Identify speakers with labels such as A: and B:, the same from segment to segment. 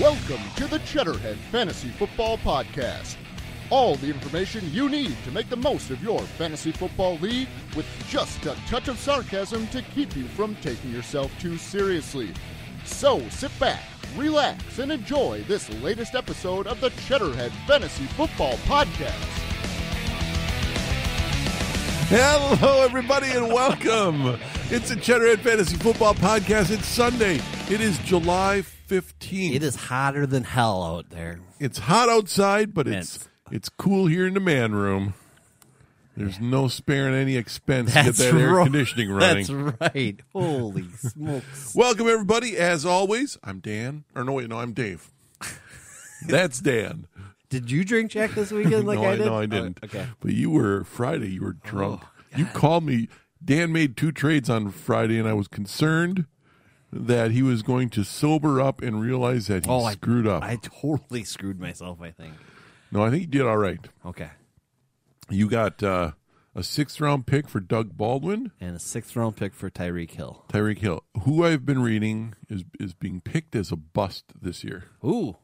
A: Welcome to the Cheddarhead Fantasy Football Podcast. All the information you need to make the most of your fantasy football league with just a touch of sarcasm to keep you from taking yourself too seriously. So sit back, relax, and enjoy this latest episode of the Cheddarhead Fantasy Football Podcast.
B: Hello, everybody, and welcome. It's a Cheddarhead Fantasy Football Podcast. It's Sunday. It is July 15th.
C: It is hotter than hell out there.
B: It's hot outside, but it's
C: It's-
B: it's cool here in the man room. There's no sparing any expense to get that air
C: ro-
B: conditioning running.
C: That's right. Holy smokes.
B: Welcome, everybody. As always, I'm Dan. Or no, wait, no, I'm Dave. That's Dan.
C: Did you drink Jack this weekend like
B: no,
C: I did?
B: no, I didn't.
C: Oh, okay. Oh,
B: But you were Friday. You were drunk. you called me. Dan made two trades on Friday, and I was concerned that he was going to sober up and realize that he
C: Oh, I-
B: screwed up.
C: I totally screwed myself, I think.
B: no, I think he did all right.
C: Okay.
B: You got uh, a sixth round pick for Doug Baldwin,
C: And a sixth round pick for Tyreek Hill.
B: Tyreek Hill, who I've been reading is is being picked as a bust this year.
C: Ooh.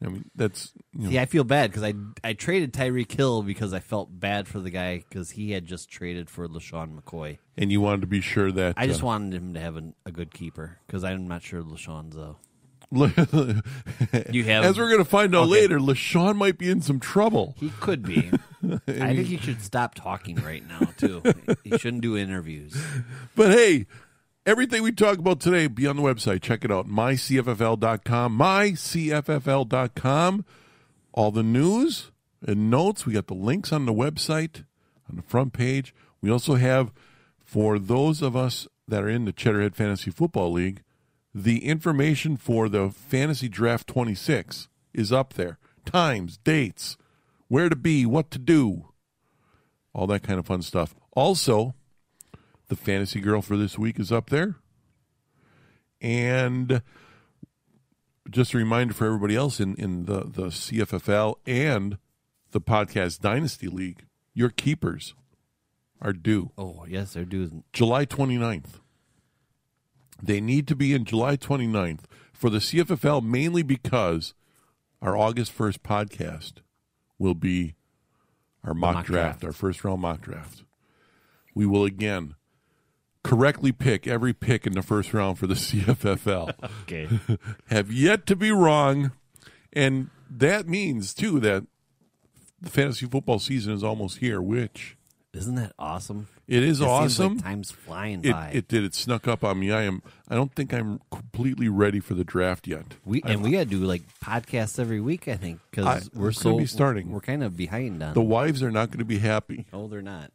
B: I mean, that's you know,
C: Yeah, I feel bad because I, I traded Tyreek Hill because I felt bad for the guy because he had just traded for LaShawn McCoy.
B: and you wanted to be sure that
C: I just
B: uh,
C: wanted him to have an, a good keeper because I'm not sure LaShawn's a. You have-
B: Eh, as we're going to find out
C: Okay.
B: later, Lashawn might be in some trouble.
C: He could be. I think he should stop talking right now, too. he shouldn't do interviews.
B: But hey, everything we talk about today be on the website. Check it out, mycffl.com, mycffl.com. All the news and notes. We got the links on the website, on the front page. We also have, for those of us that are in the Cheddarhead Fantasy Football League, the information for the Fantasy Draft 26 is up there. Times, dates, where to be, what to do, all that kind of fun stuff. Also, the fantasy girl for this week is up there. And just a reminder for everybody else in, in the, the CFFL and the Podcast Dynasty League, your keepers are due
C: Oh yes, they're doing.
B: July 29th. They need to be in July 29th for the CFFL mainly because our August 1st podcast will be our mock,
C: mock
B: draft,
C: draft.
B: our first round mock draft. We will again correctly pick every pick in the first round for the CFFL.
C: Okay.
B: Have yet to be wrong. And that means, too, that the fantasy football season is almost here, which
C: Isn't that awesome?
B: it is
C: It seems
B: awesome.
C: like time's flying
B: It,
C: by.
B: it did. It snuck up on me. I am. I don't think I'm completely ready for the draft yet.
C: we and we gotta do like podcasts every week. I think
B: I-
C: because we're
B: it's gonna
C: so
B: be starting.
C: We're kind of behind on.
B: The wives are not going to be happy.
C: no, they're not.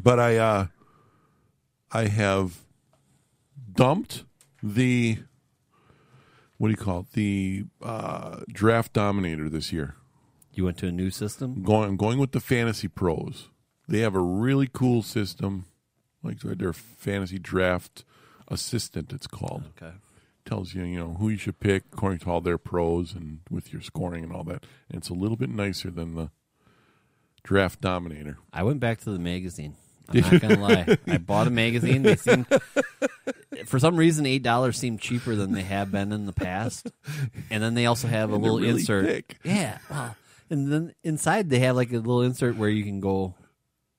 B: But I, uh, I have dumped the. What do you call it? The uh, draft dominator this year.
C: You went to a new system.
B: Going, I'm going with the fantasy pros. They have a really cool system, like their fantasy draft assistant. It's called.
C: Okay.
B: tells you you know who you should pick according to all their pros and with your scoring and all that. And it's a little bit nicer than the draft dominator.
C: I went back to the magazine. I'm not gonna lie. I bought a magazine. They seemed, for some reason, eight dollars seemed cheaper than they have been in the past. And then they also have a
B: they're
C: little
B: really
C: insert.
B: thick.
C: Yeah. Well, and then inside they have like a little insert where you can go,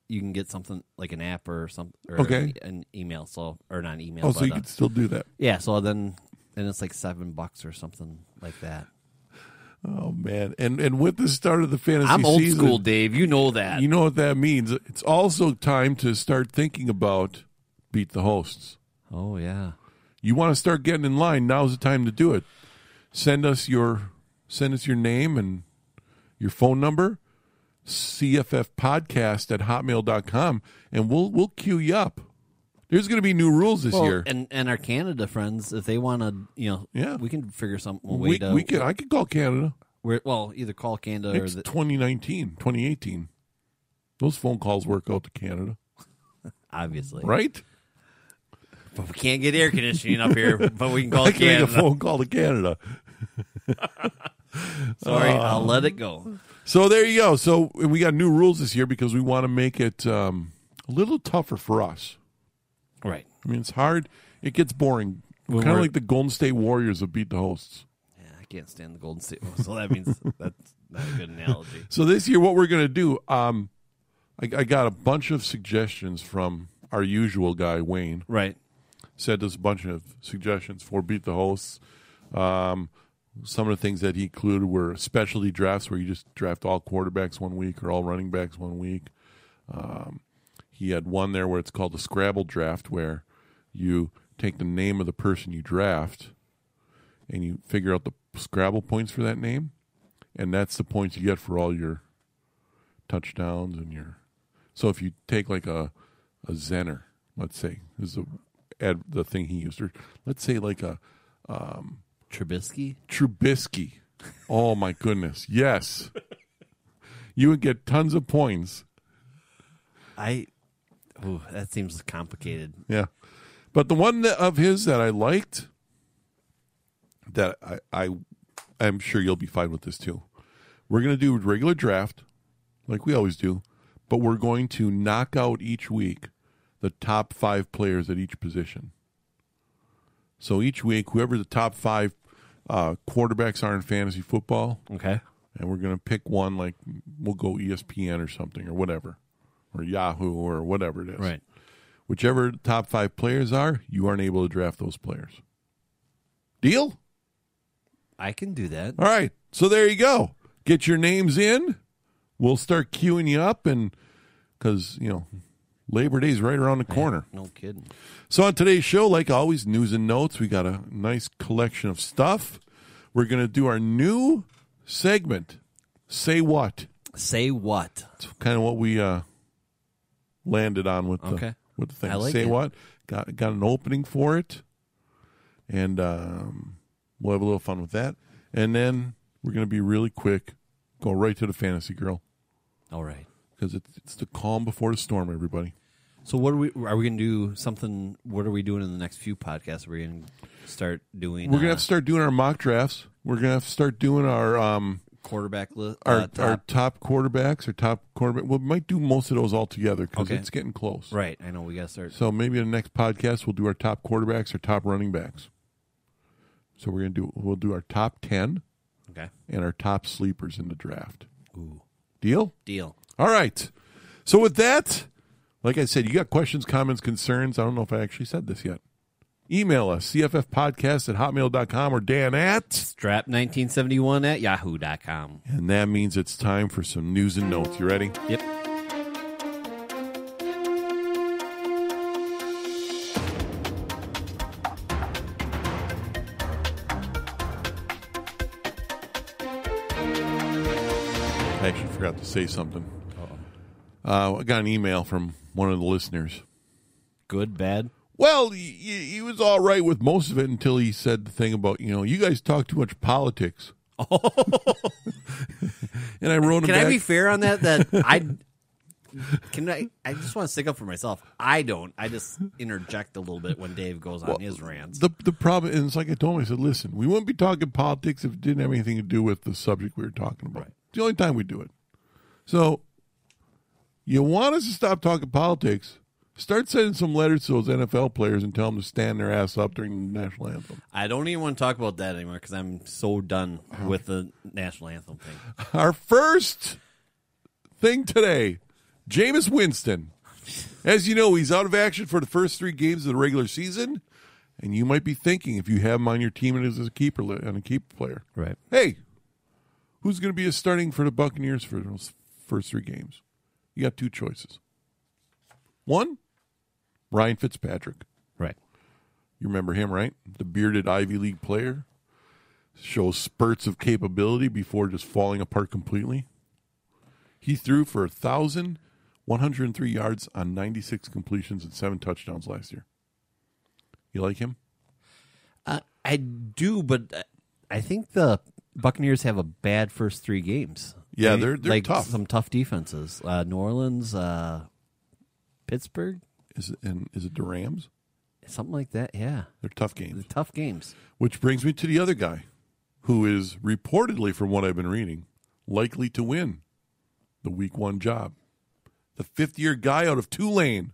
C: you can get something like an app or something. Or
B: Okay.
C: An email, so or not an email.
B: Oh,
C: but,
B: so you
C: uh,
B: could still do that.
C: yeah. So then, and it's like seven bucks or something like that.
B: Oh man! And and with the start of the fantasy,
C: I'm old
B: season,
C: school, Dave. You know that.
B: You know what that means. It's also time to start thinking about beat the hosts.
C: oh yeah.
B: You want to start getting in line. Now's the time to do it. Send us your send us your name and your phone number cffpodcast at hotmail.com and we'll we'll queue you up there's going to be new rules this
C: Well,
B: year
C: And and our Canada friends, if they want to, you know,
B: Yeah.
C: we can figure some a way
B: we,
C: to.
B: we could i could call canada
C: we're- well, either call Canada or
B: it's
C: the,
B: 2019 2018 those phone calls work out to canada
C: obviously,
B: right
C: But we can't get air conditioning up here, but we can call
B: i can make a
C: Canada.
B: phone call to canada
C: Sorry, I'll let it go.
B: so there you go so we got new rules this year because we want to make it um, a little tougher for us
C: Right.
B: I mean, it's hard. It gets boring. Kind of
C: we're-
B: like the Golden State Warriors have beat the hosts.
C: Yeah, I can't stand the Golden State. So that means that's not a good analogy.
B: So this year, what we're going to do, um, I, I got a bunch of suggestions from our usual guy Wayne.
C: Right.
B: Sent us a bunch of suggestions for beat the hosts. Um, some of the things that he included were specialty drafts, where you just draft all quarterbacks one week or all running backs one week. Um, he had one there where it's called the Scrabble draft, where you take the name of the person you draft and you figure out the Scrabble points for that name, and that's the points you get for all your touchdowns and your. So if you take like a a Zener, let's say is the ad, the thing he used, or let's say like a
C: Trubisky.
B: Trubisky. Oh my goodness, yes, you would get tons of points.
C: I. Ooh, that seems complicated.
B: Yeah. But the one that, of his that I liked, that I, I am sure you'll be fine with this too. We're going to do regular draft, like we always do, but we're going to knock out each week the top five players at each position. So each week, whoever the top five uh, quarterbacks are in fantasy football,
C: Okay.
B: and we're going to pick one, like we'll go E ESPN or something or whatever, or Yahoo or whatever it is
C: Right.
B: whichever top five players are, you aren't able to draft those players. Deal?
C: I can do that.
B: All right. So there you go. Get your names in. We'll start queuing you up, and because, you know, Labor Day's right around the corner.
C: No kidding.
B: So on today's show, like always, news and notes. We got a nice collection of stuff. We're going to do our new segment, Say What.
C: Say what?
B: It's kind of what we uh, landed on with the
C: Okay.
B: with the thing.
C: I like
B: Say
C: it.
B: what? Got got an opening for it, and um, we'll have a little fun with that. And then we're gonna be really quick, go right to the fantasy girl
C: All right.
B: because it's it's the calm before the storm. Everybody,
C: So what are we? Are we going to do something? What are we doing in the next few podcasts? Are we going to start doing?
B: we're gonna
C: uh,
B: have to start doing our mock drafts. We're gonna have to start doing our um
C: quarterback list.
B: our
C: uh,
B: our
C: top-
B: top quarterbacks or top quarterback. We might do most of those all together because
C: Okay.
B: it's getting close.
C: right. I know we got to start.
B: So maybe in the next podcast we'll do our top quarterbacks or top running backs. So we're gonna do we'll do our top ten
C: Okay.
B: and our top sleepers in the draft.
C: Ooh.
B: Deal?
C: Deal.
B: All right. So with that, like I said, you got questions, comments, concerns. I don't know if I actually said this yet. Email us, cffpodcast at hotmail.com or Dan at.
C: Strap 1971 at yahoo.com.
B: And that means it's time for some news and notes. You ready?
C: Yep.
B: I actually forgot to say something. Uh, I got an email from one of the listeners.
C: Good, bad.
B: Well, he, he he was all right with most of it until he said the thing about, you know, you guys talk too much politics. and I wrote him
C: Oh. Can
B: back.
C: I be fair on that? That I can I. I just want to stick up for myself. I don't. I just interject a little bit when Dave goes on his rants.
B: the the problem and it's like I told him, I said, listen, we wouldn't be talking politics if it didn't have anything to do with the subject we were talking about. It's the only time we do it. So you want us to stop talking politics? Start sending some letters to those NFL players and tell them to stand their ass up during the national anthem.
C: I don't even want to talk about that anymore because I'm so done with the national anthem thing.
B: Our first thing today, Jameis Winston. As you know, he's out of action for the first three games of the regular season, and you might be thinking if you have him on your team and is a keeper li- and a keeper player,
C: Right.
B: hey, who's going to be starting for the Buccaneers for those first three games? You got two choices. One, Ryan Fitzpatrick.
C: Right.
B: You remember him, right? The bearded Ivy League player shows spurts of capability before just falling apart completely. He threw for 1,103 yards on 96 completions and seven touchdowns last year. You like him?
C: Uh, I do, but uh, I think the Buccaneers have a bad first three games.
B: Yeah,
C: Right?
B: they're- they're
C: like
B: tough.
C: Some tough defenses. Uh, New Orleans, uh, Pittsburgh,
B: Is it, and is it the Rams?
C: something like that. Yeah,
B: They're tough
C: the
B: games.
C: tough games.
B: Which brings me to the other guy, who is reportedly, from what I've been reading, likely to win the week one job. The fifth year guy out of Tulane.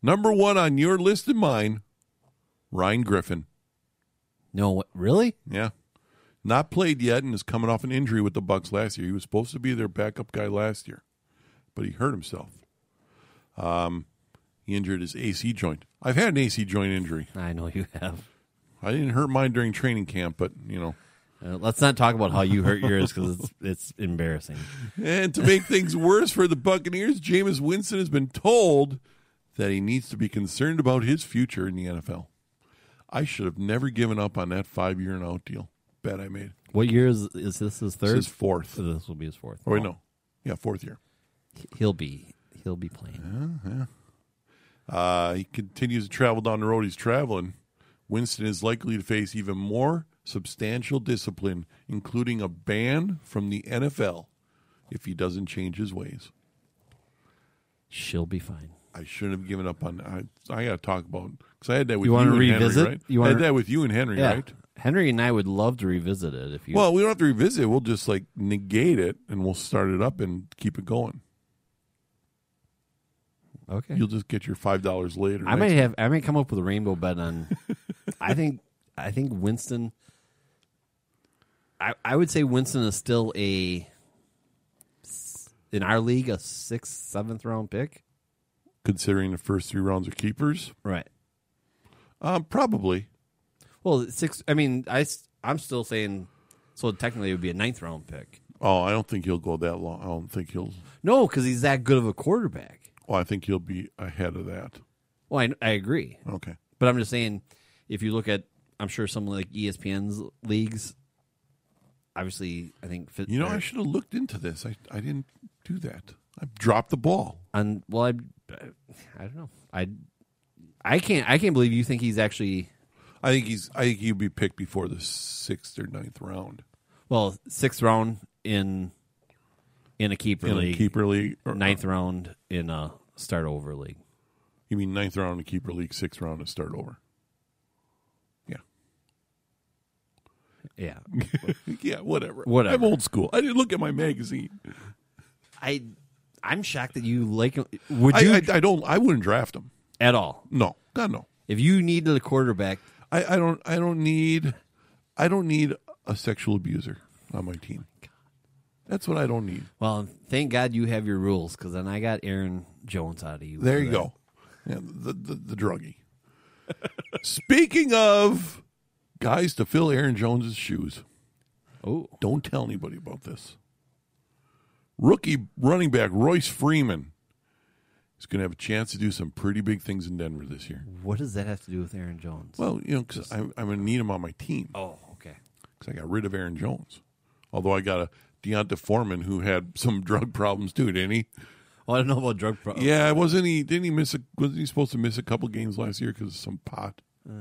B: Number one on your list and mine, Ryan Griffin.
C: No, what, really?
B: Yeah. Not played yet and is coming off an injury with the Bucks last year. He was supposed to be their backup guy last year, but he hurt himself. Um, he injured his AC joint. I've had an AC joint injury.
C: I know you have.
B: I didn't hurt mine during training camp, but you know.
C: Uh, let's not talk about how you hurt yours because it's it's embarrassing.
B: And to make things worse for the Buccaneers, Jameis Winston has been told that he needs to be concerned about his future in the NFL. I should have never given up on that five year and out deal. Bet I made.
C: What year is is this?
B: This
C: His third.
B: is fourth.
C: So this will be his fourth.
B: Oh, wait, no. Yeah, fourth year.
C: He'll be he'll be playing.
B: Uh, he continues to travel down the road he's traveling. Winston is likely to face even more substantial discipline, including a ban from the NFL if he doesn't change his ways.
C: She'll be fine.
B: I shouldn't have given up on. I I got to talk about because I had that with
C: You
B: you,
C: wanna
B: and
C: revisit?
B: Henry, right?
C: You
B: I had
C: wanna-
B: that with you and Henry, right?
C: Henry and I would love to revisit it if you.
B: Well, we don't have to revisit. it. We'll just like negate it and we'll start it up and keep it going.
C: okay.
B: You'll just get your five dollars later.
C: I might have I might come up with a rainbow bet on. I think I think Winston. I I would say Winston is still a s- in our league a sixth seventh round pick.
B: considering the first three rounds are keepers.
C: Right.
B: Um, probably.
C: Well, six. I mean, I s- I'm still saying so. Technically, it would be a ninth round pick.
B: Oh, I don't think he'll go that long. I don't think he'll.
C: No, because he's that good of a quarterback.
B: Well, I think he'll be ahead of that.
C: Well, I, I agree,
B: Okay.
C: but I'm just saying if you look at, I'm sure some like E ESPN's leagues. Obviously, I think uh, fit,
B: You know,
C: or-
B: I should have looked into this. I I didn't do that. I dropped the ball.
C: on well I, I don't know I I can't I can't believe you think he's actually
B: I think he's. I think he'd be picked before the sixth or ninth round
C: well sixth round in in a keeper
B: in
C: league
B: a keeper uh, league. Or,
C: ninth round in a start over league
B: You mean ninth round in keeper league, sixth round to start over? Yeah.
C: yeah
B: Yeah. Whatever.
C: Whatever.
B: I'm old school. I didn't look at my magazine.
C: I I'm shocked that you like him would you
B: I, I I don't. I wouldn't draft him.
C: at all
B: No. God no.
C: if you needed a quarterback
B: I, I don't I don't need I don't need a sexual abuser on my team.
C: Oh
B: That's what I don't need.
C: well thank God you have your rules because then I got Aaron Jones out of you
B: There you go. Yeah, the, the the druggie. Speaking of guys to fill Aaron Jones's shoes,
C: oh
B: don't tell anybody about this. Rookie running back Royce Freeman is going to have a chance to do some pretty big things in Denver this year.
C: what does that have to do with Aaron Jones
B: Well, you know, because I'm, I'm going to need him on my team.
C: oh okay
B: because I got rid of Aaron Jones. Although I got a Deonta Foreman who had some drug problems too, didn't he?
C: well I don't know about drug problems
B: Yeah, wasn't he? Didn't he miss? A, wasn't he supposed to miss a couple games last year because of some pot? Oh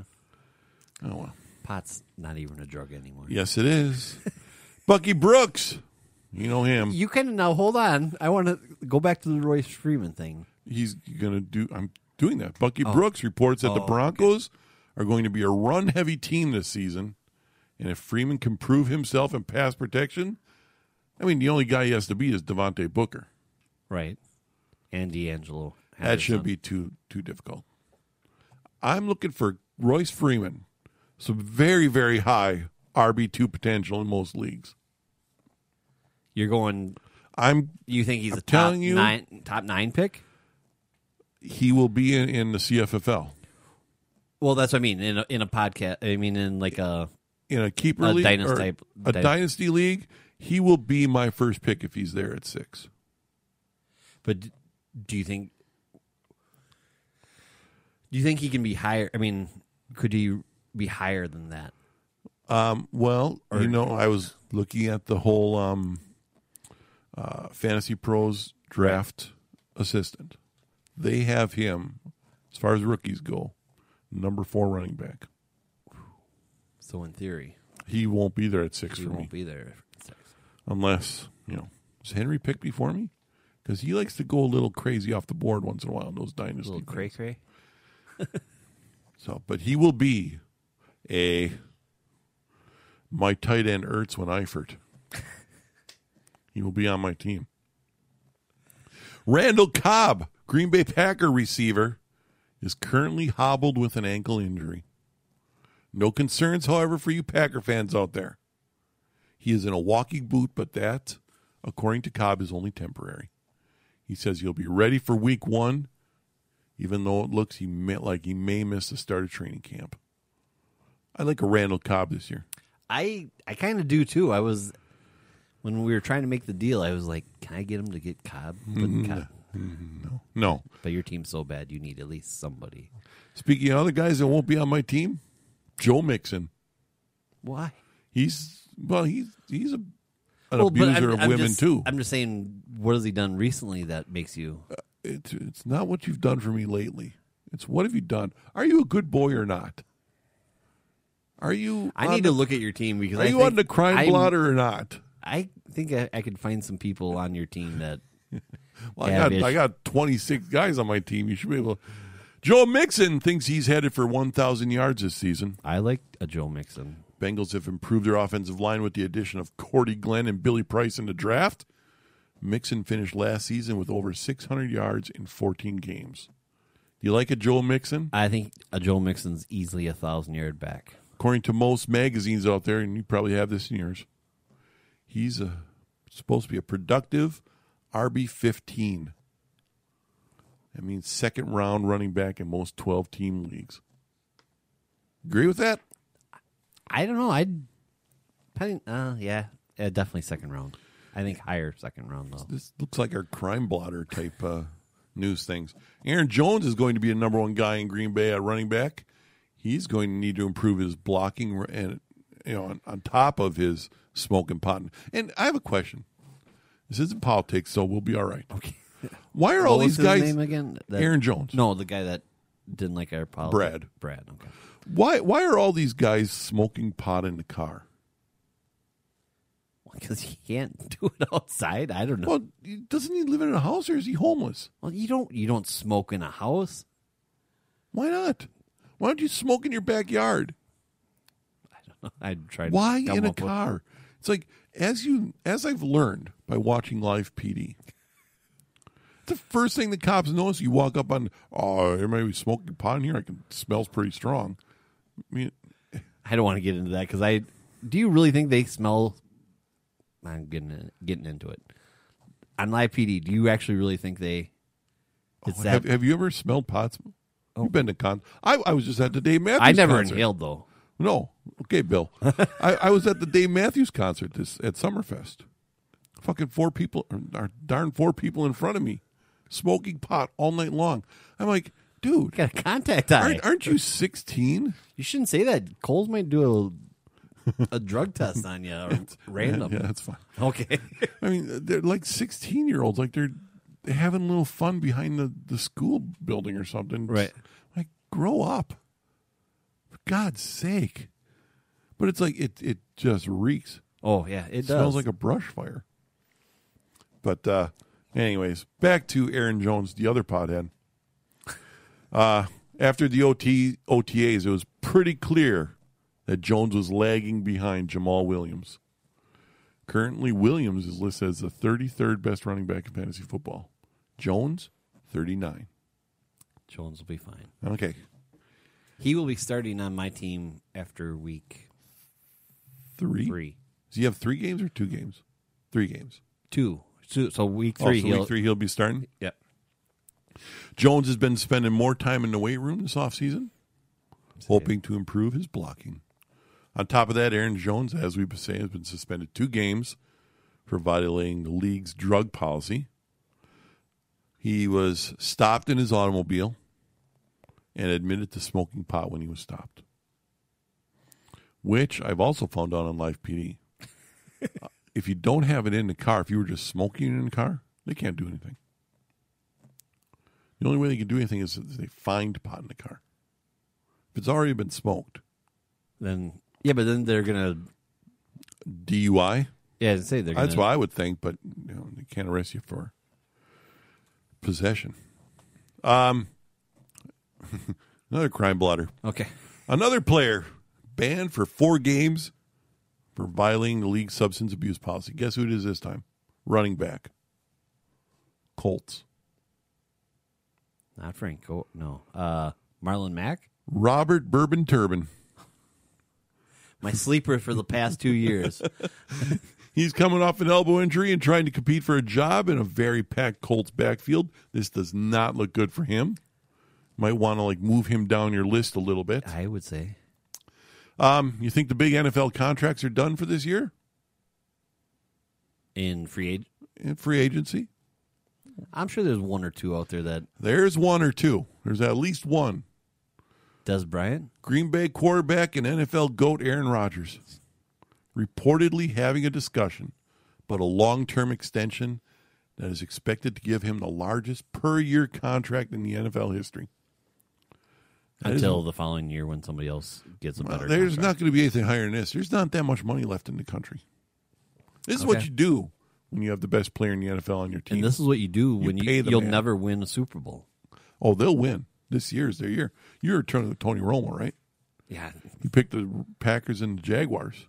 B: well.
C: pot's not even a drug anymore
B: Yes, it is. Bucky Brooks, you know him.
C: You can now hold on. I want to go back to the Royce Freeman thing.
B: He's gonna do. I'm doing that. Bucky Brooks reports that the Broncos are going to be a run-heavy team this season, and if Freeman can prove himself in pass protection, I mean, the only guy he has to beat is Devontae Booker.
C: Right. And D'Angelo.
B: That shouldn't be too too difficult. I'm looking for Royce Freeman, some very very high RB two potential in most leagues.
C: You're going.
B: I'm
C: You think he's a top
B: telling you.
C: nine top nine pick?
B: he will be in, in the CFFL
C: Well, that's what I mean in a, in a podcast. I mean in like a
B: in a keeper
C: A
B: league
C: dynasty
B: or
C: type-
B: a
C: dy-
B: dynasty league. He will be my first pick if he's there at six.
C: but. d- Do you think? Do you think he can be higher? I mean, could he be higher than that?
B: Um, well, you know, I was looking at the whole um, uh, Fantasy Pros draft assistant. They have him, as far as rookies go, number four running back.
C: So in theory,
B: He won't be there at six
C: he
B: for
C: won't
B: me,
C: be there.
B: unless you know, is Henry picked before me? Because he likes to go a little crazy off the board once in a while in those dynasty.
C: little
B: things.
C: cray cray.
B: So, but he will be a my tight end Ertz when Eifert. he will be on my team. Randall Cobb, Green Bay Packer receiver, is currently hobbled with an ankle injury. No concerns, however, for you Packer fans out there. He is in a walking boot, but that, according to Cobb, is only temporary. He says he'll be ready for week one, even though it looks he may, like he may miss the start of training camp. I like a Randall Cobb this year.
C: I I kind of do too. I was when we were trying to make the deal. I was like, can I get him to get Cobb? But,
B: Mm-hmm.
C: Cobb,
B: No.
C: but your team's so bad, you need at least somebody.
B: Speaking of other guys that won't be on my team, Joe Mixon.
C: Why?
B: He's well, he's he's a, an
C: but
B: abuser
C: I'm-
B: of
C: I'm
B: women
C: just-
B: too.
C: I'm just saying, what has he done recently that makes you?
B: it's it's not what you've done for me lately. It's what have you done? Are you a good boy or not? Are you?
C: I
B: on
C: need
B: Uh, the,
C: to look at your team because
B: Are
C: I
B: you
C: think
B: on the crime
C: I'm-
B: blotter or not?
C: I think I, I could find some people on your team that
B: Well, I got
C: Cabbage.
B: I got twenty six guys on my team. You should be able. Joe Mixon thinks he's headed for one thousand yards this season.
C: I like a Joe Mixon.
B: Bengals have improved their offensive line with the addition of Cordy Glenn and Billy Price in the draft. Mixon finished last season with over 600 yards in 14 games. Do you like a Joe Mixon?
C: I think a Joe Mixon's easily a thousand yard back.
B: According to most magazines out there, and you probably have this in yours, he's a, supposed to be a productive RB15. That means second round running back in most 12 team leagues. Agree with that?
C: I don't know. I'd, I think, uh, yeah, uh, definitely second round. I think higher second round though.
B: This looks like our crime blotter type uh, news things. Aaron Jones is going to be a number one guy in Green Bay at running back. He's going to need to improve his blocking and you know on, on top of his smoking pot. And I have a question. This isn't politics, so we'll be all right. Okay. Why are all
C: What was
B: these
C: his
B: guys?
C: name again? That-
B: Aaron Jones.
C: No, the guy that didn't like our policy.
B: Brad.
C: Brad. Okay.
B: Why why are all these guys smoking pot in the car?
C: Because he can't do it outside. I don't know. Well,
B: Well, doesn't he live in a house or is he homeless?
C: you don't. You don't smoke in a house.
B: Why not? Why don't you smoke in your backyard?
C: I tried.
B: Why
C: to come
B: in a
C: up with-
B: car? It's like as you as I've learned by watching live PD. The first thing the cops notice, you walk up on, oh, everybody was smoking pot in here. I can smells pretty strong. I mean,
C: I don't want to get into that because I. Do you really think they smell? I'm getting getting into it. On live PD, do you actually really think they? It's
B: Oh, have,
C: that Oh.
B: have you ever smelled pot? sm- You've been to con. I, I was just at the Dave Matthews.
C: I never
B: concert.
C: inhaled though.
B: No, okay, Bill. I, I was at the Dave Matthews concert this at Summerfest. Fucking four people, or, or darn four people in front of me, smoking pot all night long. I'm like, dude,
C: Got a contact eye.
B: Aren't, aren't you 16?
C: You shouldn't say that. Coles might do a a drug test on you, or random.
B: Yeah, that's fine.
C: Okay.
B: I mean, they're like 16 year olds. Like they're having a little fun behind the, the school building or something.
C: Right.
B: Like, grow up. For God's sake. But it's like, it, it just reeks.
C: Oh yeah, it
B: It
C: does.
B: smells like a brush fire. But, uh, anyways, back to Aaron Jones, the other pothead. Uh, after the OT, OTAs, it was pretty clear that Jones was lagging behind Jamal Williams. Currently, Williams is listed as the 33rd best running back in fantasy football. Jones, 39.
C: Jones will be fine.
B: Okay.
C: He will be starting on my team after week
B: Three.
C: three,
B: So you have three games or two games? Three games.
C: two. So, so week
B: Three.
C: three. he'll,
B: week three, he'll be starting.
C: Yep.
B: Jones has been spending more time in the weight room this offseason, hoping to improve his blocking. On top of that, Aaron Jones, as we've been saying, has been suspended two games for violating the league's drug policy. He was stopped in his automobile and admitted to smoking pot when he was stopped, which I've also found out on Live PD. if you don't have it in the car, if you were just smoking it in the car, they can't do anything. The only way they can do anything is if they find pot in the car. If it's already been smoked,
C: Then yeah, but then they're gonna
B: DUI.
C: yeah I'd say they're gonna,
B: That's what I would think, but you know, they can't arrest you for possession. Um, another crime blotter.
C: Okay.
B: Another player banned for four games for violating the league's substance abuse policy. Guess who it is this time? Running back. Colts.
C: Not Franco. No. Uh, Marlon Mack.
B: Robert Bourbon Turbin.
C: my sleeper for the past two years.
B: He's coming off an elbow injury and trying to compete for a job in a very packed Colts backfield. This does not look good for him. Might want to like move him down your list a little bit.
C: I would say
B: Um, you think the big NFL contracts are done for this year
C: in free agent.
B: in free agency?
C: I'm sure there's one or two out there that
B: There's one or two. There's at least one.
C: does Bryant.
B: Green Bay quarterback and NFL GOAT Aaron Rodgers reportedly having a discussion about a long term extension that is expected to give him the largest per year contract in the NFL history. That is-
C: until the following year when somebody else gets a better.
B: There's
C: contract.
B: not going to be anything higher than this. There's not that much money left in the country. This is what
C: Okay.
B: you do when you have the best player in the NFL on your team.
C: and this is what you do when you,
B: pay the
C: you'll
B: man.
C: never win a Super Bowl.
B: oh, they'll win. This year is their year. You're turning to Tony Romo, right?
C: Yeah.
B: You picked the Packers and the Jaguars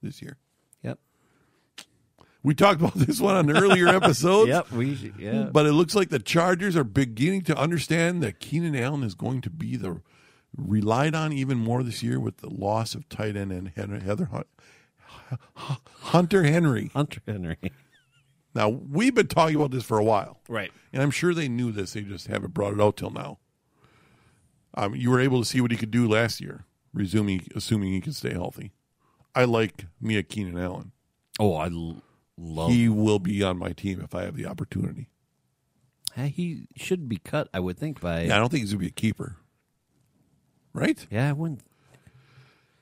B: this year.
C: Yep.
B: We talked about this one on an earlier episode.
C: Yep. We. Yeah.
B: But it looks like the Chargers are beginning to understand that Keenan Allen is going to be the relied on even more this year with the loss of tight end and Heather, Heather Hunt, Hunter Henry.
C: Hunter Henry.
B: Now we've been talking about this for a while,
C: Right.
B: and I'm sure they knew this. They just haven't brought it out till now. Um, you were able to see what he could do last year, resuming assuming he can stay healthy. I like Mia Keenan Allen.
C: Oh, I l- love. He,
B: He will be on my team if I have the opportunity.
C: he should be cut. I would think by.
B: Yeah, I don't think he's gonna be a keeper, right?
C: Yeah, I wouldn't.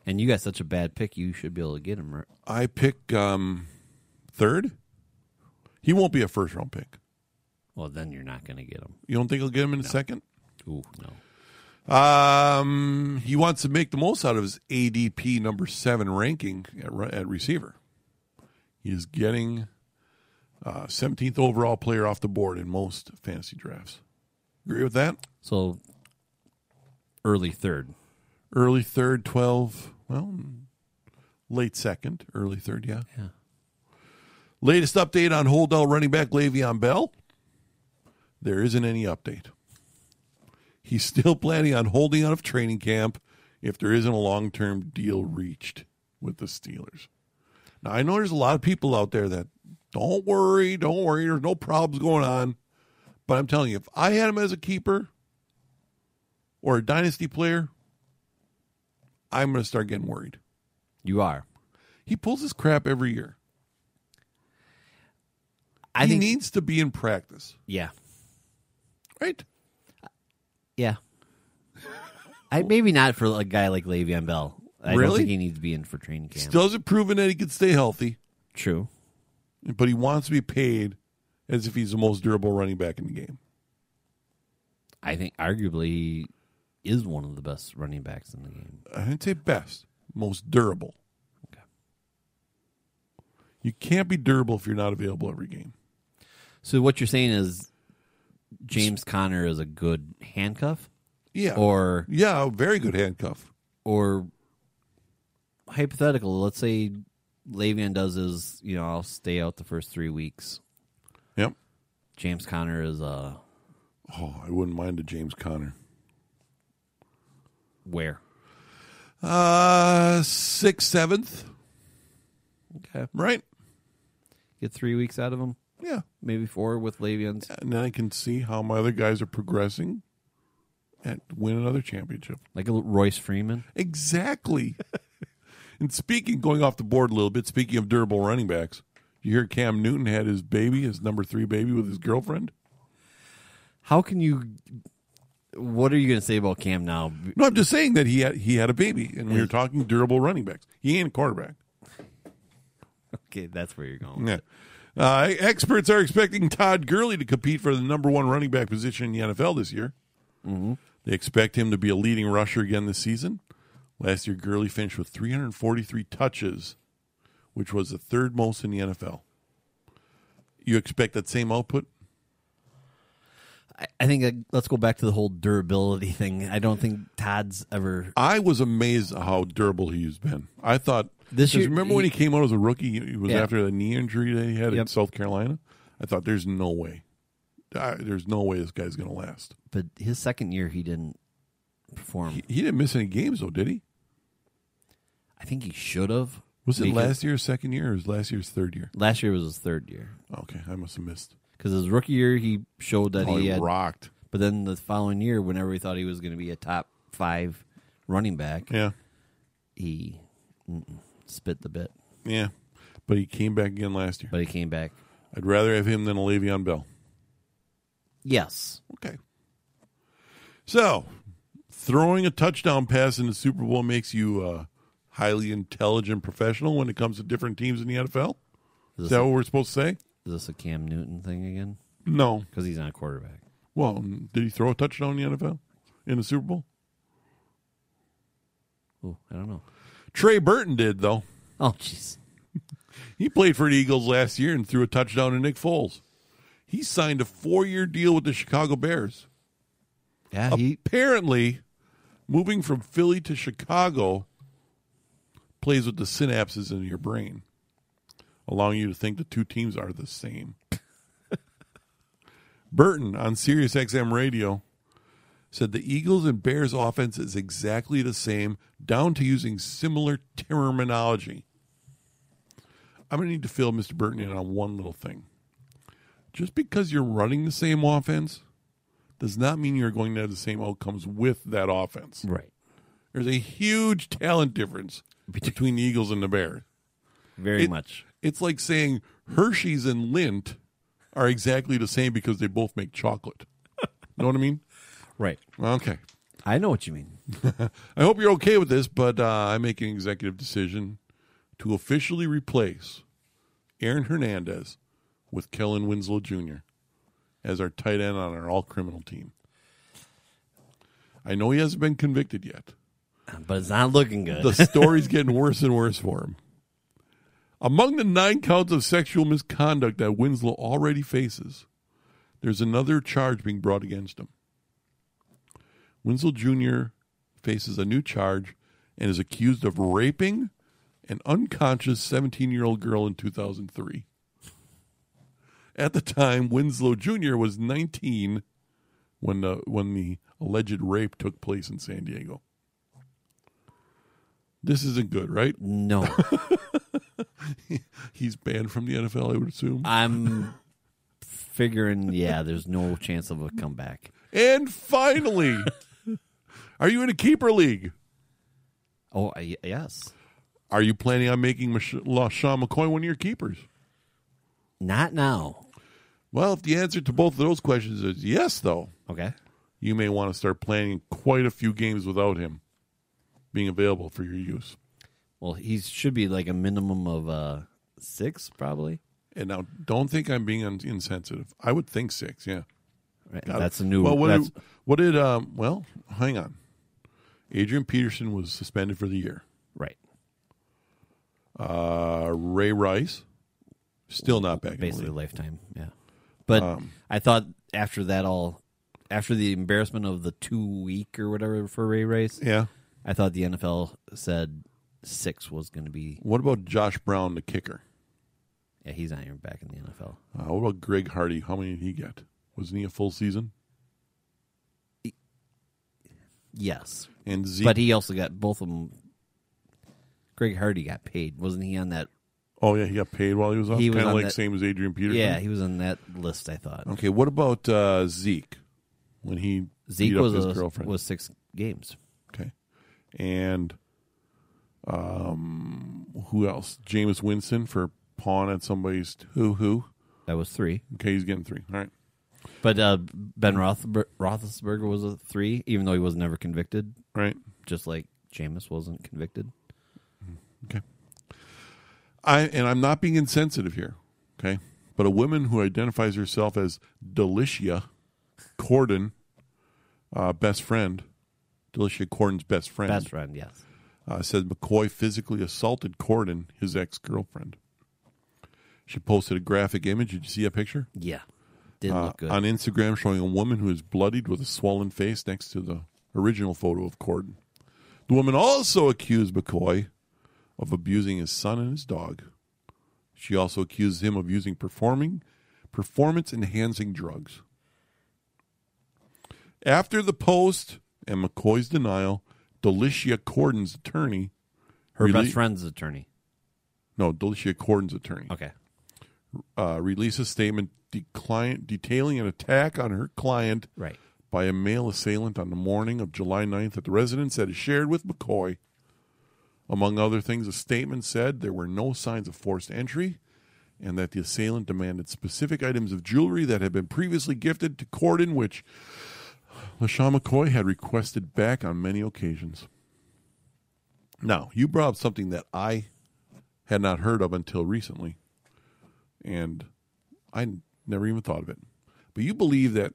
C: And you got such a bad pick, you should be able to get him. Right?
B: I pick um, third. He won't be a first round pick.
C: Well, then you're not going to get him.
B: You don't think he'll get him in a second?
C: Ooh, no.
B: Um, he wants to make the most out of his ADP number seven ranking at, re- at receiver. He is getting uh, 17th overall player off the board in most fantasy drafts. Agree with that?
C: So early third.
B: Early third, 12, well, late second, early third, yeah.
C: Yeah.
B: Latest update on holdout running back Le'Veon Bell? There isn't any update. He's still planning on holding out of training camp if there isn't a long term deal reached with the Steelers. Now, I know there's a lot of people out there that don't worry, don't worry, there's no problems going on. But I'm telling you, if I had him as a keeper or a dynasty player, I'm going to start getting worried.
C: You are.
B: He pulls his crap every year.
C: I
B: he
C: think.
B: needs to be in practice,
C: yeah.
B: right?
C: Yeah. I maybe not for a guy like Le'Veon Bell. I
B: Really?
C: don't think he needs to be in for training camp.
B: Still hasn't proven that he can stay healthy,
C: True.
B: but he wants to be paid as if he's the most durable running back in the game.
C: I think arguably he is one of the best running backs in the game.
B: I didn't say best, most durable.
C: Okay.
B: You can't be durable if you're not available every game.
C: So what you're saying is James Conner is a good handcuff
B: Yeah.
C: or
B: yeah, a very good handcuff.
C: or hypothetical, let's say Le'Veon does his, you know, I'll stay out the first three weeks.
B: Yep.
C: James Conner is uh
B: Oh, I wouldn't mind a James Conner.
C: where?
B: Uh sixth, seventh,
C: Okay.
B: right?
C: Get three weeks out of him,
B: Yeah.
C: maybe four with Le'Veon's
B: And then I can see how my other guys are progressing and win another championship.
C: like a little Royce Freeman.
B: Exactly. and speaking, going off the board a little bit, speaking of durable running backs, you hear Cam Newton had his baby, his number three baby with his girlfriend?
C: How can you? What are you going to say about Cam now?
B: No, I'm just saying that he had he had a baby, and we were talking durable running backs. He ain't a quarterback.
C: Okay, that's where you're going.
B: Yeah. Uh, experts are expecting Todd Gurley to compete for the number one running back position in the NFL this year.
C: Mm-hmm.
B: They expect him to be a leading rusher again this season. Last year, Gurley finished with 343 touches, which was the third most in the NFL. You expect that same output?
C: I, I think uh, let's go back to the whole durability thing. I don't think Todd's ever.
B: I was amazed at how durable he's been. I thought
C: This
B: 'cause
C: year-
B: Remember when he came out as a rookie? It was
C: Yeah.
B: after the knee injury that he had in
C: Yep.
B: South Carolina. I thought there's no way, I, there's no way this guy's going to last.
C: But his second year, he didn't perform.
B: He didn't miss any games though, did he?
C: I think he should have.
B: Was it
C: Because-
B: last year's second year or was last year's third year?
C: Last year was his third year
B: Okay, I must have missed.
C: because his rookie year he showed that
B: Oh,
C: he
B: he
C: had,
B: rocked.
C: but then the following year, whenever he thought he was going to be a top five running back,
B: Yeah,
C: he mm-mm, spit the bit.
B: yeah. But he came back again last year.
C: But he came back.
B: I'd rather have him than a Le'Veon Bell.
C: Yes,
B: Okay. So, throwing a touchdown pass in the Super Bowl makes you a highly intelligent professional when it comes to different teams in the NFL? Is that what we're supposed to say?
C: is this a Cam Newton thing again?
B: No.
C: Because he's not a quarterback.
B: Well, did he throw a touchdown in the NFL in the Super Bowl?
C: Oh, I don't know.
B: Trey Burton did, though.
C: Oh, jeez.
B: He played for the Eagles last year and threw a touchdown to Nick Foles. He signed a four year deal with the Chicago Bears.
C: Yeah, he
B: Apparently, moving from Philly to Chicago plays with the synapses in your brain, allowing you to think the two teams are the same. Burton on Sirius XM Radio said the Eagles and Bears offense is exactly the same, down to using similar terminology. I'm going to need to fill Mr. Burton in on one little thing. Just because you're running the same offense does not mean you're going to have the same outcomes with that offense.
C: right.
B: There's a huge talent difference between the Eagles and the Bears.
C: Very
B: It-
C: much.
B: It's like saying Hershey's and Lindt are exactly the same because they both make chocolate. know what I mean?
C: Right.
B: Okay.
C: I know what you mean.
B: I hope you're okay with this, but uh, I make an executive decision to officially replace Aaron Hernandez with Kellen Winslow Jr. as our tight end on our all criminal team. I know he hasn't been convicted yet.
C: But it's not looking good.
B: the story's getting worse and worse for him. Among the nine counts of sexual misconduct that Winslow already faces, there's another charge being brought against him. Winslow Jr. faces a new charge and is accused of raping an unconscious 17 year old girl in 2003. At the time, Winslow Jr. was 19 when the, when the alleged rape took place in San Diego. This isn't good, right?
C: no.
B: He's banned from the NFL, I would assume.
C: I'm figuring, yeah, there's no chance of a comeback.
B: And finally, are you in a keeper league?
C: Oh, I, yes.
B: Are you planning on making Mich- La- Sean McCoy one of your keepers?
C: Not now.
B: Well, if the answer to both of those questions is yes, though,
C: Okay.
B: you may want to start planning quite a few games without him being available for your use.
C: Well, he should be like a minimum of uh, six, probably.
B: And now, don't think I'm being un- insensitive. I would think six, yeah.
C: Right?
B: Got it.
C: That's a new.
B: Well, what
C: that's,
B: did, what did um, well, hang on. Adrian Peterson was suspended for the year.
C: right.
B: Uh, Ray Rice, still not back. in the
C: Basically,
B: league.
C: lifetime. Yeah. But I thought after that all, after the embarrassment of the two week or whatever for Ray Race,
B: yeah.
C: I thought the NFL said six was going to be.
B: What about Josh Brown, the kicker?
C: Yeah, he's not even back in the NFL.
B: Uh, what about Greg Hardy? How many did he get? Wasn't he a full season?
C: Yes,
B: And Zeke.
C: but he also got both of them. Greg Hardy got paid, wasn't he on that?
B: oh yeah, he got paid while he was off.
C: He was
B: Kind of
C: on
B: like
C: that-
B: same as Adrian Peterson.
C: Yeah, he was on that list. I thought
B: Okay. What about uh, Zeke when he
C: Zeke
B: beat up
C: was
B: his
C: a-
B: girlfriend?
C: was six games.
B: okay. And um, who else? Jameis Winston for pawn at somebody's hoo hoo.
C: That was three.
B: Okay, he's getting three. All right.
C: But uh, Ben Roethlisber- Roethlisberger was a three, even though he was never convicted,
B: Right.
C: just like Jameis wasn't convicted.
B: Okay. I and I'm not being insensitive here, okay? But a woman who identifies herself as Delicia Corden, uh, best friend, Delicia Corden's best friend,
C: Best friend, yes.
B: uh, said McCoy physically assaulted Corden, his ex girlfriend. She posted a graphic image. Did you see a picture
C: Yeah. Didn't
B: uh,
C: look good.
B: on Instagram showing a woman who is bloodied with a swollen face next to the original photo of Corden? The woman also accused McCoy of abusing his son and his dog. She also accused him of using performing performance enhancing drugs. After the post and McCoy's denial, Delicia Corden's attorney
C: Her
B: Really?
C: best friend's attorney.
B: No, Delicia Corden's attorney
C: Okay.
B: uh, released a statement decline, detailing an attack on her client
C: Right.
B: by a male assailant on the morning of July 9th at the residence that is shared with McCoy. Among other things, a statement said there were no signs of forced entry and that the assailant demanded specific items of jewelry that had been previously gifted to Corden, which LaShawn McCoy had requested back on many occasions. Now, you brought up something that I had not heard of until recently, and I never even thought of it. But you believe that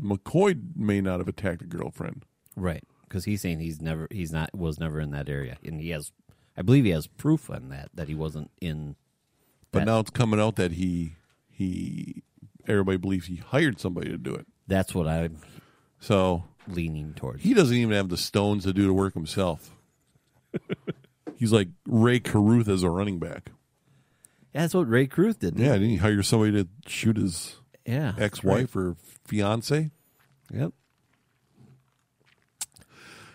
B: McCoy may not have attacked a girlfriend.
C: Right. Because he's saying he's never, he's not, was never in that area, and he has, I believe he has proof on that that he wasn't in.
B: But
C: That-
B: now it's coming out that he he everybody believes he hired somebody to do it.
C: That's what I'm
B: So
C: leaning towards.
B: he doesn't even have the stones to do the work himself. He's like Ray Caruth as a running back.
C: That's what Ray Cruz did.
B: Yeah, didn't he hire somebody to shoot his
C: Yeah.
B: ex-wife or fiance?
C: Yep.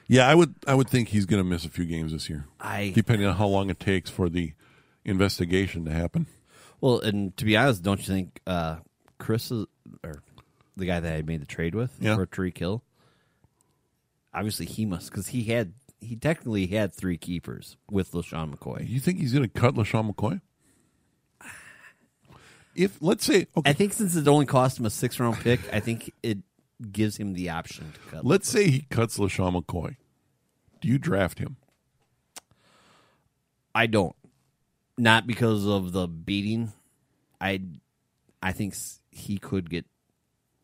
B: Yeah, I would I would think he's going to miss a few games this year,
C: I
B: depending on how long it takes for the investigation to happen.
C: well, and to be honest, don't you think uh, Chris is, or the guy that I made the trade with
B: Yeah.
C: for Tariq Hill? Obviously, he must because he had he technically had three keepers with LaShawn McCoy.
B: You think he's going to cut LaShawn McCoy? If let's say okay,
C: I think since it only cost him a six round pick, I think it gives him the option to cut.
B: let's say he cuts LaShawn McCoy. Do you draft him?
C: I don't. Not because of the beating. I I think s- he could get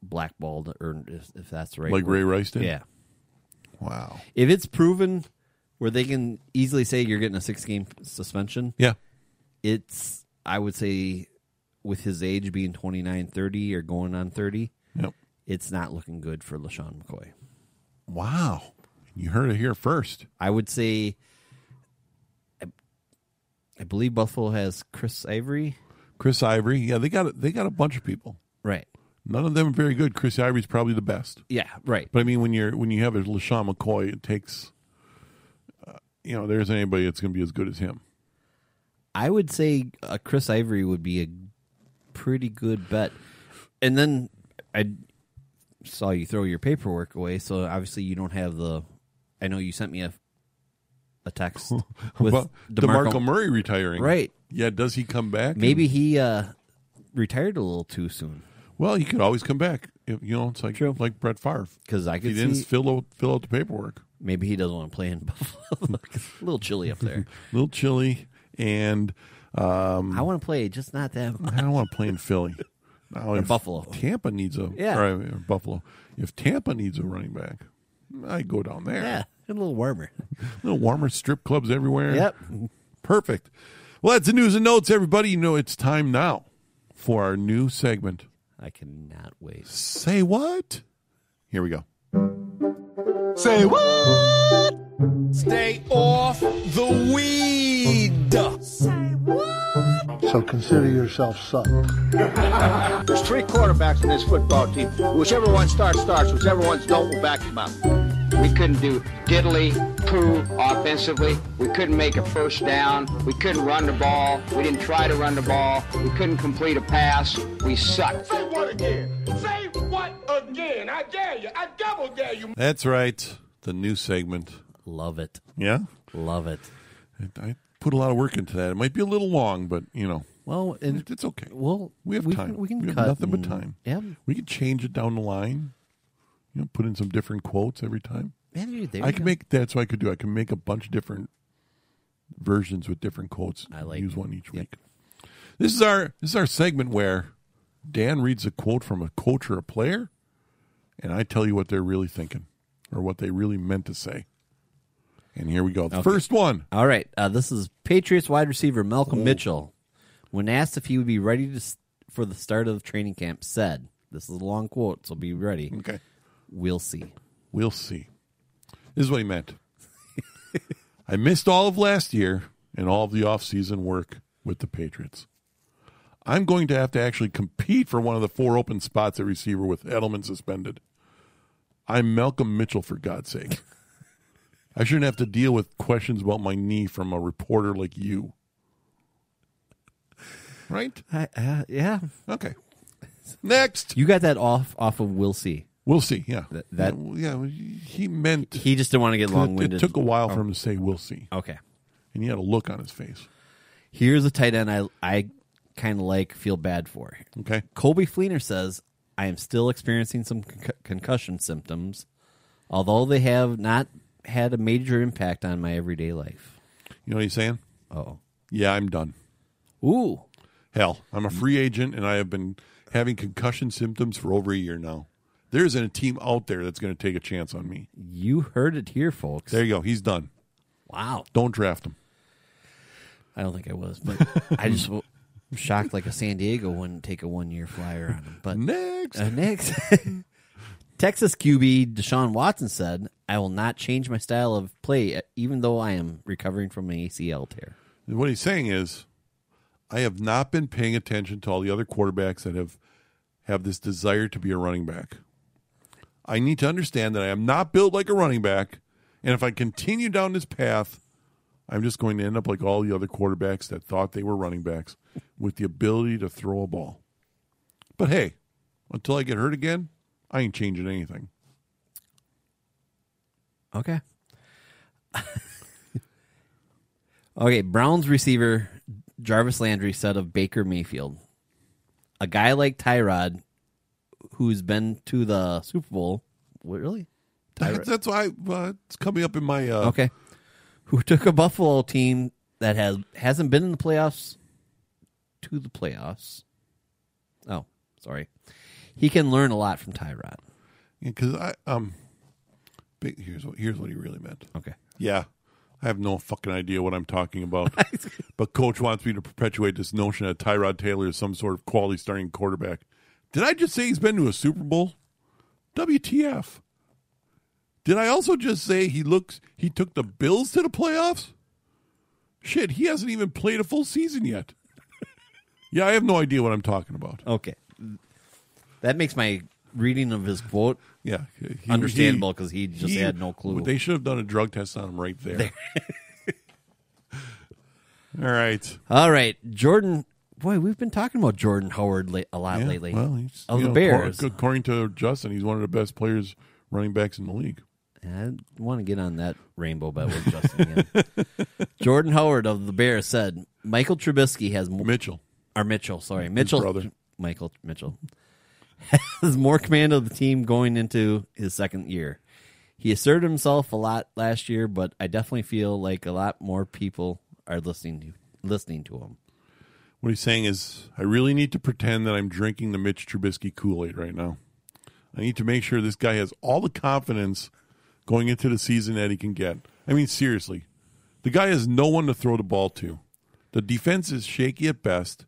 C: blackballed, or if, if that's the right.
B: Like Ray Rice did?
C: Yeah.
B: Wow.
C: If it's proven where they can easily say you're getting a six game suspension,
B: Yeah.
C: it's, I would say, with his age being 29, 30 or going on 30,
B: Yep.
C: it's not looking good for LaShawn McCoy.
B: Wow. You heard it here first.
C: I would say, I, I believe Buffalo has Chris Ivory.
B: Chris Ivory. Yeah, they got a, they got a bunch of people.
C: Right.
B: None of them are very good. Chris Ivory's probably the best.
C: Yeah, right.
B: But I mean, when you're when you have a LaShawn McCoy, it takes. uh, You know, there's anybody that's going to be as good as him.
C: I would say uh, Chris Ivory would be a pretty good bet. And then I saw you throw your paperwork away, so obviously you don't have the. I know you sent me a a text with
B: But
C: DeMarco.
B: DeMarco, Murray retiring,
C: Right.
B: Yeah, does he come back?
C: Maybe he uh, retired a little too soon
B: Well, he could always come back. If, you know, it's like
C: True.
B: like Brett Favre.
C: because I
B: He
C: could
B: didn't
C: see
B: fill out fill out the paperwork.
C: maybe he doesn't want to play in Buffalo. It's a little chilly up there.
B: A little chilly, and um,
C: I want to play, just not that. much.
B: I don't want to play in Philly. Now, if
C: Buffalo.
B: Tampa needs a
C: Yeah.
B: or, uh, Buffalo. If Tampa needs a running back, I go down there.
C: Yeah, a little warmer.
B: Little warmer strip clubs everywhere.
C: Yep.
B: Perfect. Well, that's the news and notes, everybody. You know it's time now for our new segment.
C: I cannot wait.
B: Say what? Here we go.
A: Say what?
D: Stay off the weed.
E: So consider yourself sucked.
D: There's three quarterbacks in this football team. Whichever one starts, starts. Whichever one's don't, will back him up. We couldn't do diddly poo offensively. We couldn't make a first down. We couldn't run the ball. We didn't try to run the ball. We couldn't complete a pass. We sucked.
F: Say what again? Say what again? I dare you. I double dare you.
B: That's right. The new segment.
C: Love it.
B: Yeah.
C: Love it.
B: I- I put a lot of work into that. It might be a little long, but you know,
C: Well, and
B: it- it's okay.
C: Well,
B: we have time.
C: Can, we can
B: have
C: cut
B: nothing but
C: and-
B: time.
C: Yeah,
B: We can change it down the line. You know, put in some different quotes every time.
C: yeah dude, there
B: I
C: you
B: can
C: go.
B: make that's what I could do. I can make a bunch of different versions with different quotes.
C: I like
B: use
C: it.
B: one each week. This is our this is our segment where Dan reads a quote from a coach or a player, and I tell you what they're really thinking or what they really meant to say. And here we go. The first one.
C: All right, uh, this is Patriots wide receiver Malcolm Mitchell, when asked if he would be ready to s- for the start of training camp, said, "This is a long quote, so be ready.
B: Okay.
C: We'll see."
B: We'll see. This is what he meant. I missed all of last year and all of the offseason work with the Patriots. I'm going to have to actually compete for one of the four open spots at receiver with Edelman suspended. I'm Malcolm Mitchell, for God's sake. I shouldn't have to deal with questions about my knee from a reporter like you. Right?
C: I, uh, yeah,
B: Okay. Next.
C: you got that off off of Will C.
B: We'll see. Yeah.
C: That- that-
B: yeah, well, he meant.
C: He just didn't want to get long
B: it, Oh.
C: winded.
B: took a while for him to say we'll see.
C: Okay,
B: And he had a look on his face.
C: here's a tight end I I kind of like feel bad for.
B: Okay.
C: Colby Fleener says, I am still experiencing some con- concussion symptoms, although they have not had a major impact on my everyday life.
B: You know what he's saying?
C: Oh.
B: Yeah, I'm done.
C: Ooh.
B: Hell, I'm a free agent and I have been having concussion symptoms for over a year now. There isn't a team out there that's going to take a chance on me.
C: You heard it here, folks.
B: There you go. He's done.
C: Wow.
B: Don't draft him.
C: I don't think I was, but I just w- shocked like a San Diego wouldn't take a one year flyer on him. But
B: Next.
C: Uh, next, Texas QB Deshaun Watson said, I will not change my style of play, uh, even though I am recovering from an ACL tear.
B: What he's saying is, I have not been paying attention to all the other quarterbacks that have have this desire to be a running back. I need to understand that I am not built like a running back, and if I continue down this path, I'm just going to end up like all the other quarterbacks that thought they were running backs with the ability to throw a ball. But hey, until I get hurt again, I ain't changing anything.
C: Okay. okay, Browns receiver Jarvis Landry said of Baker Mayfield, a guy like Tyrod, who's been to the Super Bowl, what, really?
B: That's, that's why uh, it's coming up in my uh,
C: Oh. Okay, who took a Buffalo team that has hasn't been in the playoffs to the playoffs. Oh, sorry. He can learn a lot from Tyrod.
B: because I um. Big, here's what here's what he really meant.
C: Okay.
B: Yeah. I have no fucking idea what I'm talking about. but coach wants me to perpetuate this notion that Tyrod Taylor is some sort of quality starting quarterback. Did I just say he's been to a Super Bowl? WTF. Did I also just say he looks he took the Bills to the playoffs? Shit, he hasn't even played a full season yet. yeah, I have no idea what I'm talking about.
C: Okay. That makes my reading of his quote
B: Yeah. he- he-
C: Understandable, 'cause he just had no clue.
B: They should have done a drug test on him right there. All right.
C: All right, Jordan. Boy, we've been talking about Jordan Howard la- a lot lately.
B: Well, he's
C: of
B: you
C: the
B: know,
C: Bears.
B: accor- According to Justin, he's one of the best players running backs in the league.
C: I want to get on that rainbow bet with Justin. Again. Jordan Howard of the Bears said Michael Trubisky has more,
B: Mitchell.
C: or Mitchell, sorry, Mitchell,
B: brother.
C: Michael Mitchell has more command of the team going into his second year. He asserted himself a lot last year, but I definitely feel like a lot more people are listening to listening to him.
B: What he's saying is, I really need to pretend that I'm drinking the Mitch Trubisky Kool Aid right now. I need to make sure this guy has all the confidence going into the season that he can get. I mean, seriously, the guy has no one to throw the ball to. The defense is shaky at best,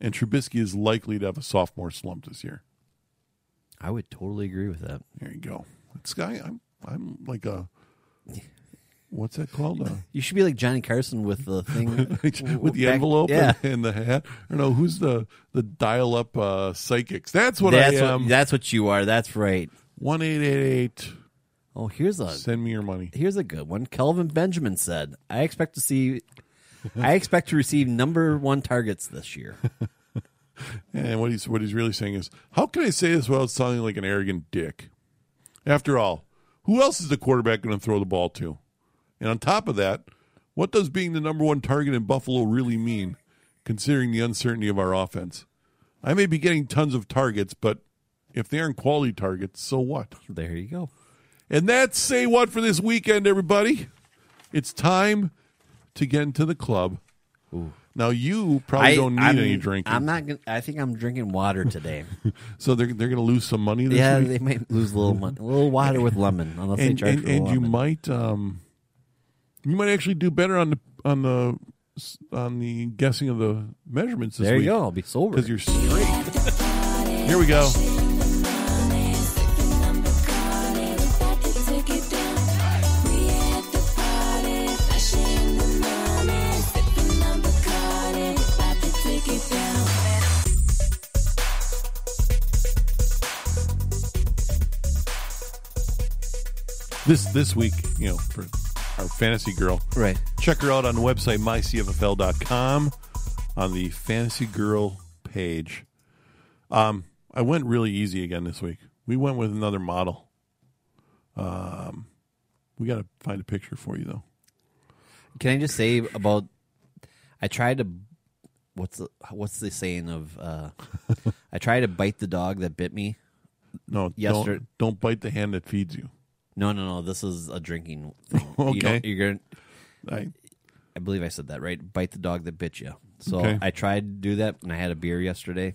B: and Trubisky is likely to have a sophomore slump this year.
C: I would totally agree with that.
B: There you go. This guy, I'm, I'm like a, what's that called? A,
C: You should be like Johnny Carson with the thing
B: with the
C: back-
B: envelope
C: Yeah,
B: and, and the hat. I don't know who's the the dial up uh, psychics. That's what
C: that's
B: I am.
C: what, that's what you are. That's right.
B: One eight eight eight.
C: Oh, here's a
B: Send me your money.
C: here's a good one. Kelvin Benjamin said, "I expect to see, I expect to receive number one targets this year."
B: And what he's what he's really saying is, how can I say this without sounding like an arrogant dick? After all, who else is the quarterback going to throw the ball to? And on top of that, what does being the number one target in Buffalo really mean, considering the uncertainty of our offense? I may be getting tons of targets, but if they aren't quality targets, so what?
C: there you go.
B: And that's say what for this weekend, everybody. It's time to get into the club. Now Oh, you probably don't need
C: I'm-
B: any drinking,
C: I'm not. Gonna, I think I'm drinking water today.
B: so they're they're going to lose some money this
C: yeah,
B: week,
C: they might lose a little mon- a little water with lemon, unless they
B: and
C: charge
B: and,
C: for
B: and you
C: lemon.
B: might um, you might actually do better on the on the on the guessing of the measurements this
C: There you
B: week
C: go. I'll be sober.
B: because you're straight. Here we go. This this week, you know, for our fantasy girl.
C: Right.
B: Check her out on the website, mycfl.com, on the fantasy girl page. Um, I went really easy again this week. We went with another model. Um, we got to find a picture for you, though.
C: Can I just say about? I tried to. What's the what's the saying of? Uh, I tried to bite the dog that bit me.
B: No,
C: Yester-
B: don't, don't bite the hand that feeds you.
C: No, no, no. This is a drinking thing. You
B: Okay.
C: don't, you're gonna.
B: I,
C: I believe I said that right. Bite the dog that bit you. So
B: Okay.
C: I tried to do that, and I had a beer yesterday.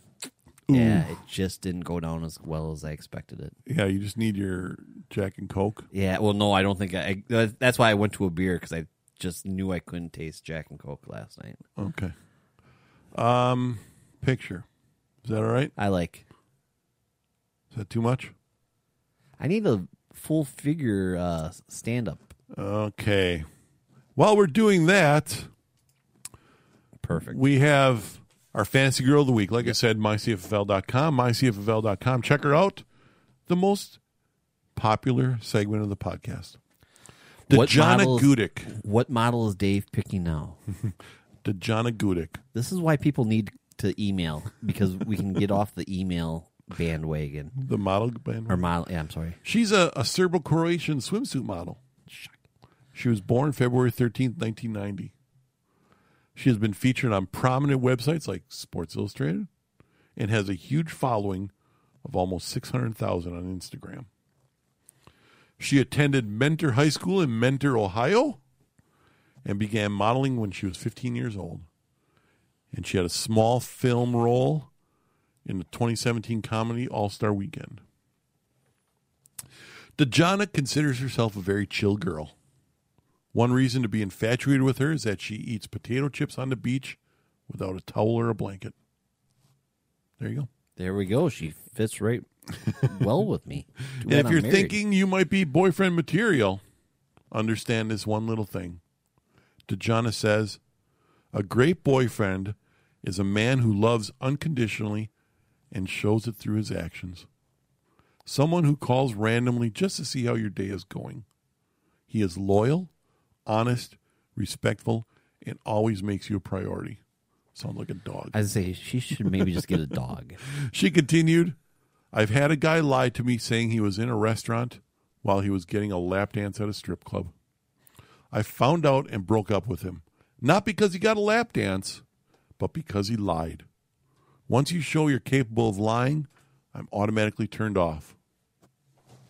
C: Yeah, it just didn't go down as well as I expected it.
B: yeah, you just need your Jack and Coke.
C: Yeah, well, no, I don't think I. I that's why I went to a beer because I just knew I couldn't taste Jack and Coke last night.
B: Okay. Um, picture. Is that all right?
C: I like.
B: Is that too much?
C: I need a full figure uh, stand up.
B: Okay. While we're doing that,
C: Perfect.
B: we have our fantasy girl of the week. Like I said, mycfl.com, mycfl.com. Check her out. The most popular segment of the podcast.
C: What
B: Dejana
C: models-
B: Gudick.
C: What model is Dave picking now?
B: Dejana Gudick.
C: This is why people need to email because we can get off the email bandwagon
B: The model band.
C: or model. Yeah, I'm sorry.
B: She's a, a Serbo-Croatian swimsuit model. She was born February 13th, 1990. She has been featured on prominent websites like Sports Illustrated and has a huge following of almost 600,000 on Instagram. She attended Mentor High School in Mentor, Ohio, and began modeling when she was 15 years old. And she had a small film role in the 2017 comedy All Star Weekend. Dejana considers herself a very chill girl. One reason to be infatuated with her is that she eats potato chips on the beach without a towel or a blanket. There you go.
C: There we go. She fits right well with me. Too
B: And
C: bad
B: if
C: I'm
B: you're
C: married.
B: thinking you might be boyfriend material, understand this one little thing. Dejana says, A great boyfriend is a man who loves unconditionally and shows it through his actions. Someone who calls randomly just to see how your day is going. He is loyal, honest, respectful, and always makes you a priority. Sounds like a dog.
C: I'd say she should maybe just get a dog.
B: She continued, I've had a guy lie to me saying he was in a restaurant while he was getting a lap dance at a strip club. I found out and broke up with him. Not because he got a lap dance, but because he lied. Once you show you're capable of lying, I'm automatically turned off.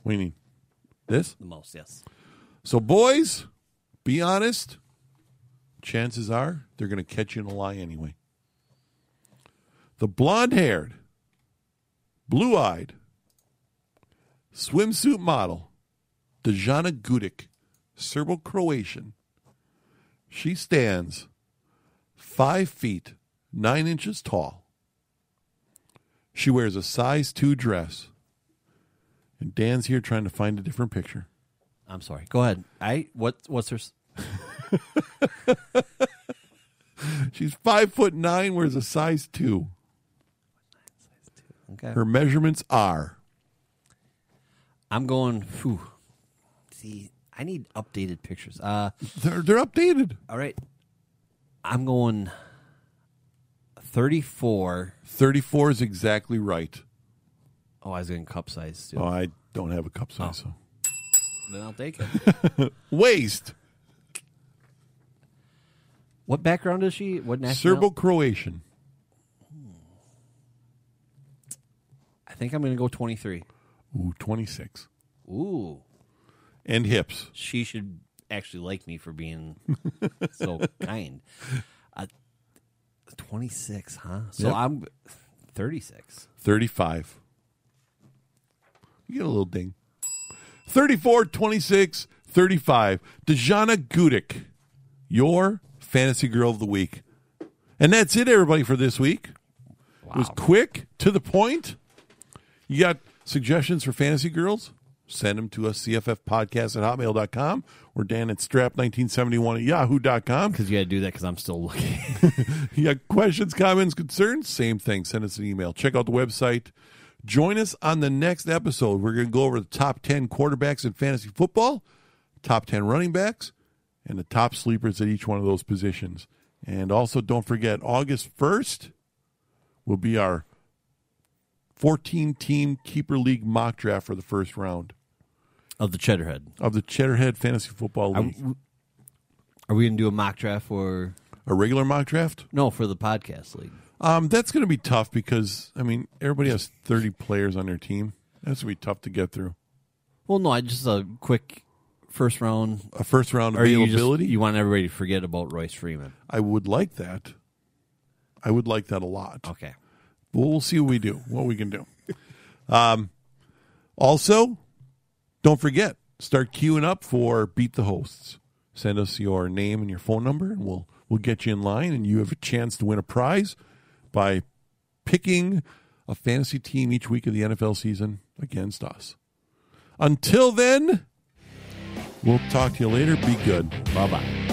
B: What do you need? This?
C: The most, yes.
B: So, boys, be honest. Chances are they're going to catch you in a lie anyway. The blonde haired, blue eyed, swimsuit model, Dejana Gudic, Serbo Croatian. She stands five feet, nine inches tall. She wears a size two dress. And Dan's here trying to find a different picture.
C: I'm sorry. Go ahead. I what? What's her? s-
B: She's five foot nine, wears a size two.
C: Okay.
B: Her measurements are
C: I'm going. Phew. See, I need updated pictures. Uh,
B: they're, they're updated.
C: all right. I'm going. Thirty-four.
B: Thirty four is exactly right.
C: Oh, I was getting cup size too.
B: Oh, I don't have a cup size. So.
C: Then I'll take it.
B: Waist
C: what background is she? What national?
B: Serbo Croatian.
C: I think I'm going to go 23.
B: Ooh, twenty six
C: Ooh,
B: and hips.
C: she should actually like me for being so kind. Uh, 26, huh? So
B: Yep.
C: I'm 36.
B: Thirty five. You get a little ding. 34, 26, 35. Dejana Gudic, your fantasy girl of the week. And that's it, everybody, for this week. It was quick, to the point. You got suggestions for fantasy girls? Send them to us, cffpodcast at hotmail.com or Dan at strap1971 at yahoo.com.
C: Because you got to do that because I'm still looking.
B: You got questions, comments, concerns? Same thing. Send us an email. Check out the website. Join us on the next episode. We're going to go over the top 10 quarterbacks in fantasy football, top 10 running backs, and the top sleepers at each one of those positions. And also, don't forget, August 1st will be our 14 team Keeper League mock draft for the first round
C: of the Cheddarhead.
B: of the Cheddarhead Fantasy Football
C: I-
B: League.
C: Are we going to do a mock draft or
B: a regular mock draft?
C: no for the podcast league?
B: Um, that's going to be tough because I mean everybody has thirty players on their team. That's going to be tough to get through.
C: Well, no, I just a quick first round
B: A first round
C: Or you just-
B: availability,
C: You, want everybody to forget about Royce Freeman?
B: I would like that. I would like that a lot.
C: Okay.
B: Well, we'll see what we do, what we can do. Um, also, don't forget, start queuing up for Beat the Hosts. Send us your name and your phone number, and we'll we'll get you in line, and you have a chance to win a prize by picking a fantasy team each week of the NFL season against us. Until then, we'll talk to you later. Be good.
C: Bye bye.